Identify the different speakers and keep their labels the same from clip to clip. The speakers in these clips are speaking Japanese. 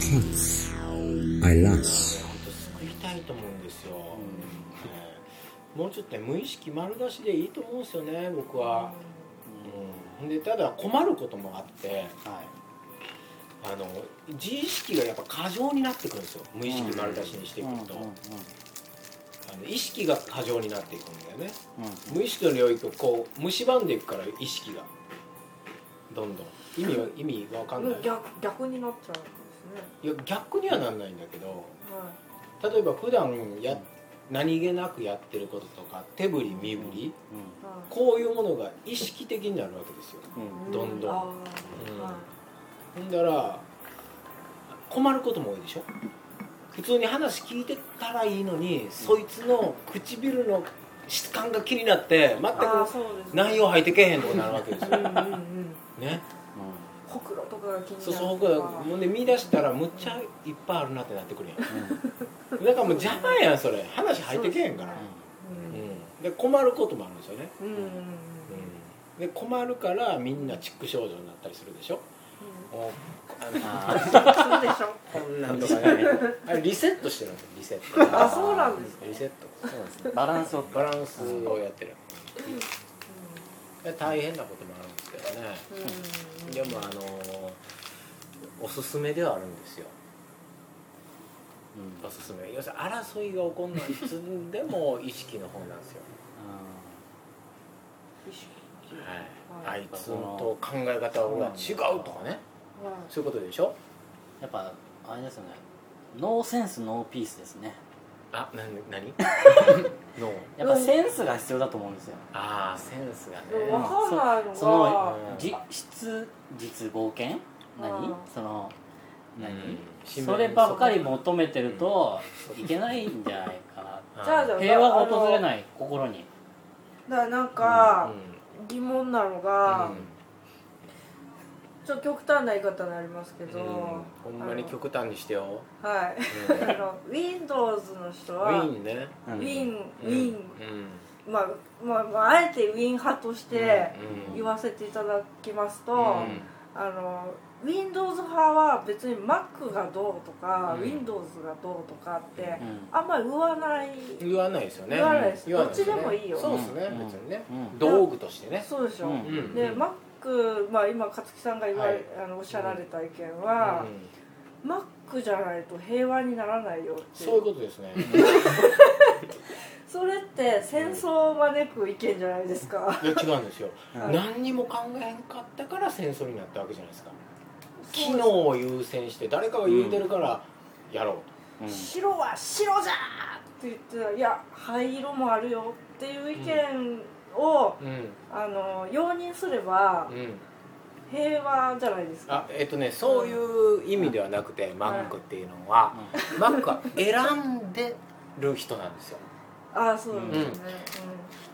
Speaker 1: hurts. I laugh.
Speaker 2: 救いたいと思うんですよ、ねもうちょっとね無意識丸出しでいいと思うんですよね僕は、うん、でただ困ることもあって
Speaker 3: はい
Speaker 2: あの自意識がやっぱ過剰になってくるんですよ無意識丸出しにしていくと、
Speaker 3: うんうん
Speaker 2: あの意識が過剰になっていくんだよね
Speaker 3: うん
Speaker 2: 無意識の領域をこう蝕んでいくから意識がどんどん意味は意味わかんない
Speaker 4: 逆逆になっちゃうんで
Speaker 2: いや逆にはなんないんだけど
Speaker 4: すね。はい。
Speaker 2: 例えば普段や何気なくやってることとか手振り身振り
Speaker 4: は
Speaker 2: こういうものが意識的になるわけですよ
Speaker 3: うんうん
Speaker 4: い
Speaker 2: どんどん
Speaker 4: あー
Speaker 2: うん
Speaker 4: は
Speaker 2: ほ
Speaker 4: い
Speaker 2: んだら困ることも多いでしょ普通に話聞いてたらいいのにそいつの唇の質感が気になって全
Speaker 4: あー
Speaker 2: く
Speaker 4: そうですね
Speaker 2: 内容入ってけへんとかなるわ けです
Speaker 4: うんう
Speaker 2: よ
Speaker 4: んうん
Speaker 2: ね
Speaker 4: ほくろとかが気になる
Speaker 2: そうそう僕はもうね見出したらむっちゃいっぱいあるなってなってくるやんだからもう邪魔やんそれ話入ってけへんから、
Speaker 4: うん
Speaker 2: うん、で困ることもあるんですよね、
Speaker 4: うんうんうんうん
Speaker 2: うん、で困るからみんなチック症状になったりするでしょもうあの
Speaker 4: そうでしょ
Speaker 2: こんなんとかねあれリセットしてるんですよリセット
Speaker 4: あそうなんです
Speaker 2: リセット
Speaker 3: そうですねバランスを
Speaker 2: バランスをやってるで大変なこともあるんですけどね
Speaker 4: うんうん
Speaker 2: でもあのおすすめではあるんですよ
Speaker 3: うん
Speaker 2: おすすめ要するに争いが起こんないつでも意識の方なんですよ、
Speaker 4: 意識
Speaker 2: はい、あいつと考え方が違うとかね
Speaker 4: はい
Speaker 2: そういうことでしょ
Speaker 3: やっぱあれですよねノーセンスノーピースですね
Speaker 2: あな 何の
Speaker 3: やっぱセンスが必要だと思うんですよ
Speaker 2: ああセンスがね
Speaker 4: でもわかんないのが
Speaker 3: その
Speaker 2: うん
Speaker 3: じ質実冒険何
Speaker 4: あー
Speaker 3: その何、
Speaker 2: うん
Speaker 3: そればっかり求めてるといけないんじゃないか
Speaker 2: あー
Speaker 4: じゃあじゃ
Speaker 3: な
Speaker 4: あ
Speaker 3: 平和が訪れ
Speaker 4: い
Speaker 3: ない心に
Speaker 4: だからなん
Speaker 2: う
Speaker 4: か
Speaker 2: ん
Speaker 4: 疑問なのがちょっと極端な言い方になりますけど
Speaker 2: うんほんまに極端にしてよ
Speaker 4: あのはい
Speaker 2: うん
Speaker 4: あの Windows の人
Speaker 2: ウ
Speaker 4: は
Speaker 2: ィーンね
Speaker 4: Win
Speaker 2: うん
Speaker 4: Win まあまあまああえて Win 派として言わせていただきますと、
Speaker 2: うん
Speaker 4: あの Windows 派は別に Mac がどうとか、
Speaker 2: うん
Speaker 4: Windows がどうとかって、
Speaker 2: うん
Speaker 3: うん
Speaker 4: あんまり言わない、
Speaker 2: 言わないですよね
Speaker 4: 言わないです
Speaker 2: 言わないよね
Speaker 4: どっちでもいいよ
Speaker 2: そうですね
Speaker 3: うん
Speaker 2: 別にね
Speaker 3: うん
Speaker 2: 道具としてね
Speaker 4: そうでしょ、
Speaker 3: うん
Speaker 2: うん
Speaker 4: で
Speaker 2: うん
Speaker 4: Mac、まあ、今勝木さんが言われ、
Speaker 2: はい
Speaker 4: あのおっしゃられた意見は、Mac じゃないと平和にならないよっていう
Speaker 2: そういうことですね
Speaker 4: それって戦争を招く意見じゃないですか、
Speaker 2: いや違うんですよ
Speaker 3: うん
Speaker 2: 何にも考えへんかったから戦争になったわけじゃないですか
Speaker 4: そ
Speaker 2: 機
Speaker 4: う
Speaker 2: 能を優先して誰かが言うてるからやろう
Speaker 3: うん
Speaker 4: 白は白じゃーって言ってたいや灰色もあるよっていう意見を、
Speaker 2: とうん
Speaker 4: あの容認すれば
Speaker 2: うん
Speaker 4: 平和じゃないですか
Speaker 2: あえっとねそういう意味ではなくてマックっていうのはマックは選んでる人なんですよ
Speaker 4: ああそうなんですね、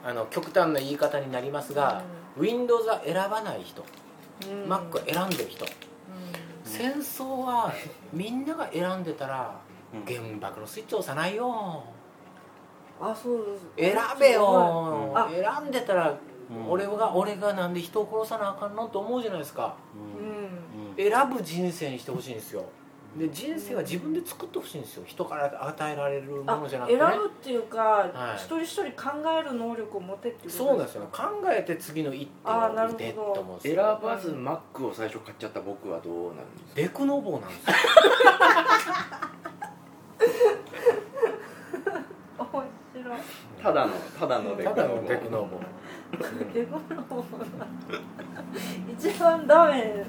Speaker 2: あの極端な言い方になりますが、Windows は選ばない人、
Speaker 4: うんうん
Speaker 2: Mac は選んでる人、戦争はみんなが選んでたら
Speaker 3: うん
Speaker 2: 原爆のスイッチ押さないよ
Speaker 4: うん、あそうです
Speaker 2: 選べ
Speaker 4: は
Speaker 2: よ、
Speaker 4: うんあ
Speaker 2: 選んでたら
Speaker 3: うん
Speaker 2: 俺が俺がなんで人を殺さなあかんのと思うじゃないですか
Speaker 4: いうん
Speaker 3: うん
Speaker 2: 選ぶ人生にしてほしいんですよで人生は自分で作ってほしいんですよ人から与えられるも
Speaker 4: あ
Speaker 2: のじゃなくて
Speaker 4: 選
Speaker 2: ね
Speaker 4: ぶっていうか、
Speaker 2: い
Speaker 4: 一人一人考える能力を持てっていうこと
Speaker 2: そうなんですよね考えて次の一手を
Speaker 4: あーなる
Speaker 2: 打
Speaker 4: ほど
Speaker 2: てって思うんで
Speaker 5: 選
Speaker 2: すよ
Speaker 5: ばずマックを最初買っちゃった僕はどうなるんですか
Speaker 2: デクノボーなんですよ
Speaker 4: 面白い
Speaker 5: ただのただのレ
Speaker 2: ただのデクノ
Speaker 5: の
Speaker 2: ボー
Speaker 4: デコロ 一番ダメ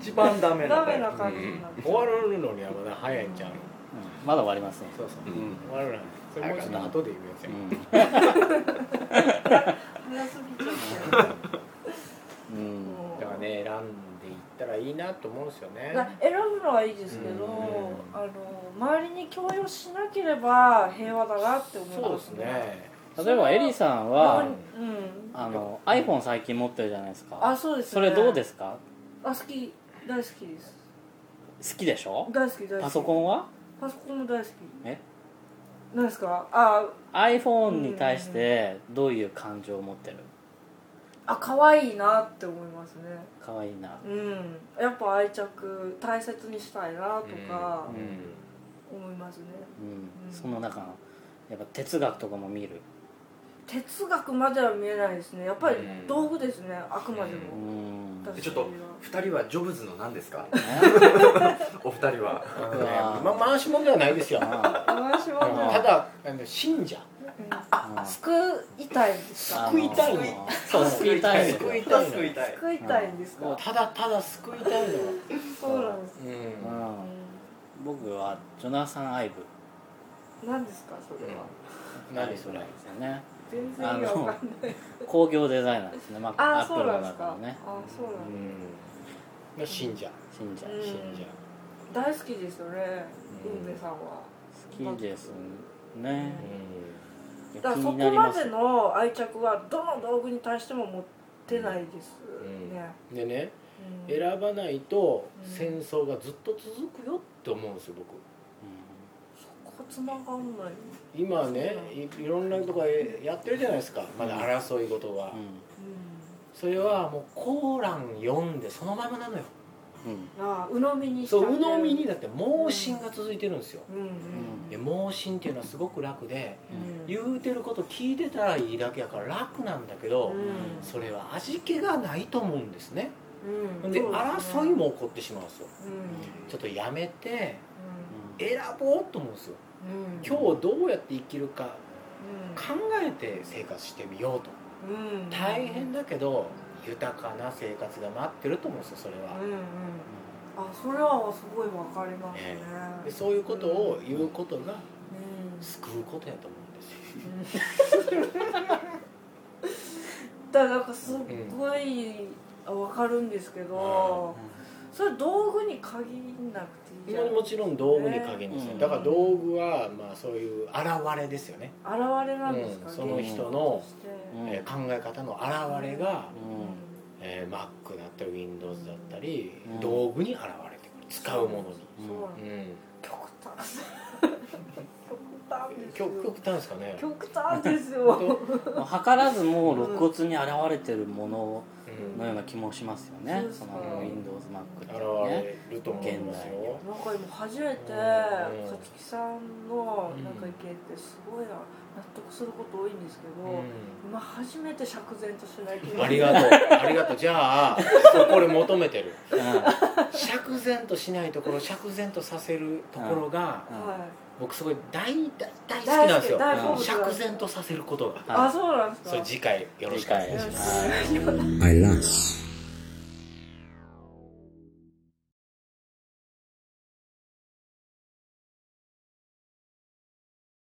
Speaker 5: 一番ダメな
Speaker 4: ダメな感じになる、
Speaker 2: 終わるのにはまだ早いんちゃう
Speaker 3: まだ終わりません
Speaker 2: そうそううん終わるなんそれもうちょっと後で言うやつ
Speaker 3: う
Speaker 2: や
Speaker 3: ん
Speaker 4: 早すぎちゃって
Speaker 3: うん
Speaker 2: だからね選んでいったらいいなと思うんですよね
Speaker 4: 選ぶのはいいですけど、
Speaker 2: うん
Speaker 4: あの周りに強要しなければ平和だなって思い
Speaker 2: そう
Speaker 4: ま
Speaker 2: ですすね
Speaker 3: 例えばエリさん
Speaker 4: あ
Speaker 3: は
Speaker 4: うん
Speaker 3: あの iPhone 最近持ってるじゃないです
Speaker 4: あ
Speaker 3: か
Speaker 4: そうです、ね、
Speaker 3: それどうですすか
Speaker 4: あ好き大好きです
Speaker 3: 好きでしょ
Speaker 4: 大好き大好き
Speaker 3: パソコンは
Speaker 4: パソコンも大好き
Speaker 3: え
Speaker 4: なんですかあ
Speaker 3: iPhone に対してどういう感情を持ってる
Speaker 4: あ可愛いなって思いますね
Speaker 3: 可愛いな
Speaker 4: うんやっぱ愛着大切にしたいなとか
Speaker 2: うん
Speaker 4: 思いますね、
Speaker 3: うん、
Speaker 4: うん
Speaker 3: その中のやっぱ哲学とかも見る
Speaker 4: 哲学までは見えないですねやっぱり
Speaker 2: うん
Speaker 4: 道具ですね、あくまで
Speaker 3: う
Speaker 4: も、
Speaker 3: ん
Speaker 4: 確かに
Speaker 5: ちょっと二人はジョブズの何ですかお二人は
Speaker 3: 僕は
Speaker 2: まあ回しもんではないですよ
Speaker 3: あ
Speaker 4: 私は もう
Speaker 2: ただあの信者
Speaker 4: うん
Speaker 3: あ
Speaker 4: 救いたいんですか
Speaker 3: あ
Speaker 2: 救いたいの
Speaker 3: の
Speaker 2: そう
Speaker 3: 救いたいの
Speaker 2: 救いたいの
Speaker 5: た
Speaker 4: 救いたいんです
Speaker 2: もう
Speaker 4: か
Speaker 2: ただただ救いたいのよ
Speaker 4: そうなんです
Speaker 2: うん
Speaker 3: うん僕はジョナサン・アイブ
Speaker 4: 何ですかそれは
Speaker 2: 何それ
Speaker 3: なんですよね
Speaker 4: 全然意味わかんない
Speaker 3: 工業デザイナーですね、まあ、
Speaker 4: あ
Speaker 3: ア
Speaker 4: あ
Speaker 3: ッ
Speaker 4: そ
Speaker 3: プ
Speaker 4: う
Speaker 3: ル
Speaker 4: な
Speaker 3: の
Speaker 4: んです
Speaker 3: 中
Speaker 4: か
Speaker 3: のね
Speaker 4: あそうな
Speaker 2: うん
Speaker 4: だ
Speaker 2: ん信者
Speaker 3: 信者
Speaker 4: うん
Speaker 2: 信
Speaker 4: 大好きですよね
Speaker 2: うん
Speaker 4: 運命さんは
Speaker 3: 好きです
Speaker 2: 者、
Speaker 3: ねいや
Speaker 4: だから
Speaker 3: 気
Speaker 4: そ
Speaker 3: に
Speaker 4: こ
Speaker 3: なり
Speaker 4: ま
Speaker 3: ます
Speaker 4: での愛着はどの道具に対しても持ってないです
Speaker 2: うん
Speaker 4: ね
Speaker 2: でね
Speaker 4: うん
Speaker 2: 選ばないと
Speaker 4: うん
Speaker 2: 戦争がずっと続くよって思うんですよ僕
Speaker 4: ここつながんない
Speaker 2: 今ねいいろんなとこでやってるじゃないですかまだ争い事が、
Speaker 3: うん
Speaker 2: それはもうコーラン読んでそのままなのよ
Speaker 3: うんうん
Speaker 4: ああ鵜呑みにしちゃ
Speaker 2: そ
Speaker 4: って
Speaker 2: う
Speaker 4: る
Speaker 2: 鵜呑みにだって盲信が続いてるんですよ
Speaker 4: うんうん
Speaker 2: で盲信っていうのはすごく楽で
Speaker 4: うん
Speaker 2: 言うてること聞いてたらいいだけやから楽なんだけど、
Speaker 4: うん
Speaker 2: それは味気がないと思うんですね
Speaker 4: うん
Speaker 2: で
Speaker 4: そうすね
Speaker 2: 争いも起こってしまうんですよ
Speaker 4: うん
Speaker 2: ちょっとやめて
Speaker 3: うん
Speaker 2: 選ぼうと思うんですよ
Speaker 4: うんうん
Speaker 2: 今日どうやって生きるか考えて生活してみようと
Speaker 4: うんうん
Speaker 2: 大変だけど豊かな生活が待ってると思うんですよそれ
Speaker 4: う
Speaker 2: は
Speaker 4: んうんあそれはすごいわかりますね
Speaker 2: えでそういうことを言うことが
Speaker 4: うん
Speaker 2: 救うことやと思うんですよ
Speaker 4: だからなんかすっごいわかるんですけど、それ道具に限らなくていいじゃん
Speaker 2: もちろん道具に限るんですよ、
Speaker 3: ね
Speaker 2: だから道具はまあそういう現れですよね、
Speaker 4: 現れなんですか、
Speaker 2: う
Speaker 4: ね
Speaker 2: んその人の
Speaker 3: うん
Speaker 2: えー考え方の現れが、
Speaker 3: うん
Speaker 2: えー Mac だったり Windows だったり、
Speaker 3: うん
Speaker 2: 道具に現れてくる使うもの
Speaker 4: そう
Speaker 3: うん
Speaker 4: なん
Speaker 2: に、
Speaker 4: です
Speaker 2: うん、
Speaker 4: 極
Speaker 2: 極極
Speaker 4: 端極
Speaker 2: 端ですかね、
Speaker 4: 極端ですよ、
Speaker 3: もう図らずも露骨に現れてるもの
Speaker 2: うん
Speaker 3: のような気もしますよね、
Speaker 4: うん
Speaker 3: そ
Speaker 4: そうそう
Speaker 3: の Windows、Mac っていうね
Speaker 2: 現れると思います
Speaker 3: 現代
Speaker 2: よ
Speaker 4: なんか今初めて
Speaker 2: うん
Speaker 4: 勝木さんのなんか意見ってすごいな納得すること多いんですけど、今初めて釈然としない気
Speaker 2: うん、あ
Speaker 4: が
Speaker 2: りがとう ありがとうじゃあそうこれ求めてる釈然としないところ釈然とさせるところが、
Speaker 3: うん
Speaker 4: はい
Speaker 2: 僕すごい大大大好きなんですよ
Speaker 4: 大
Speaker 3: 好き
Speaker 4: 大好
Speaker 2: 釈
Speaker 4: 物
Speaker 2: 然とさせることが
Speaker 3: は
Speaker 4: あそうなんですか
Speaker 2: それ次回よろしくお願いします
Speaker 4: よろしくお願いします
Speaker 1: I lost.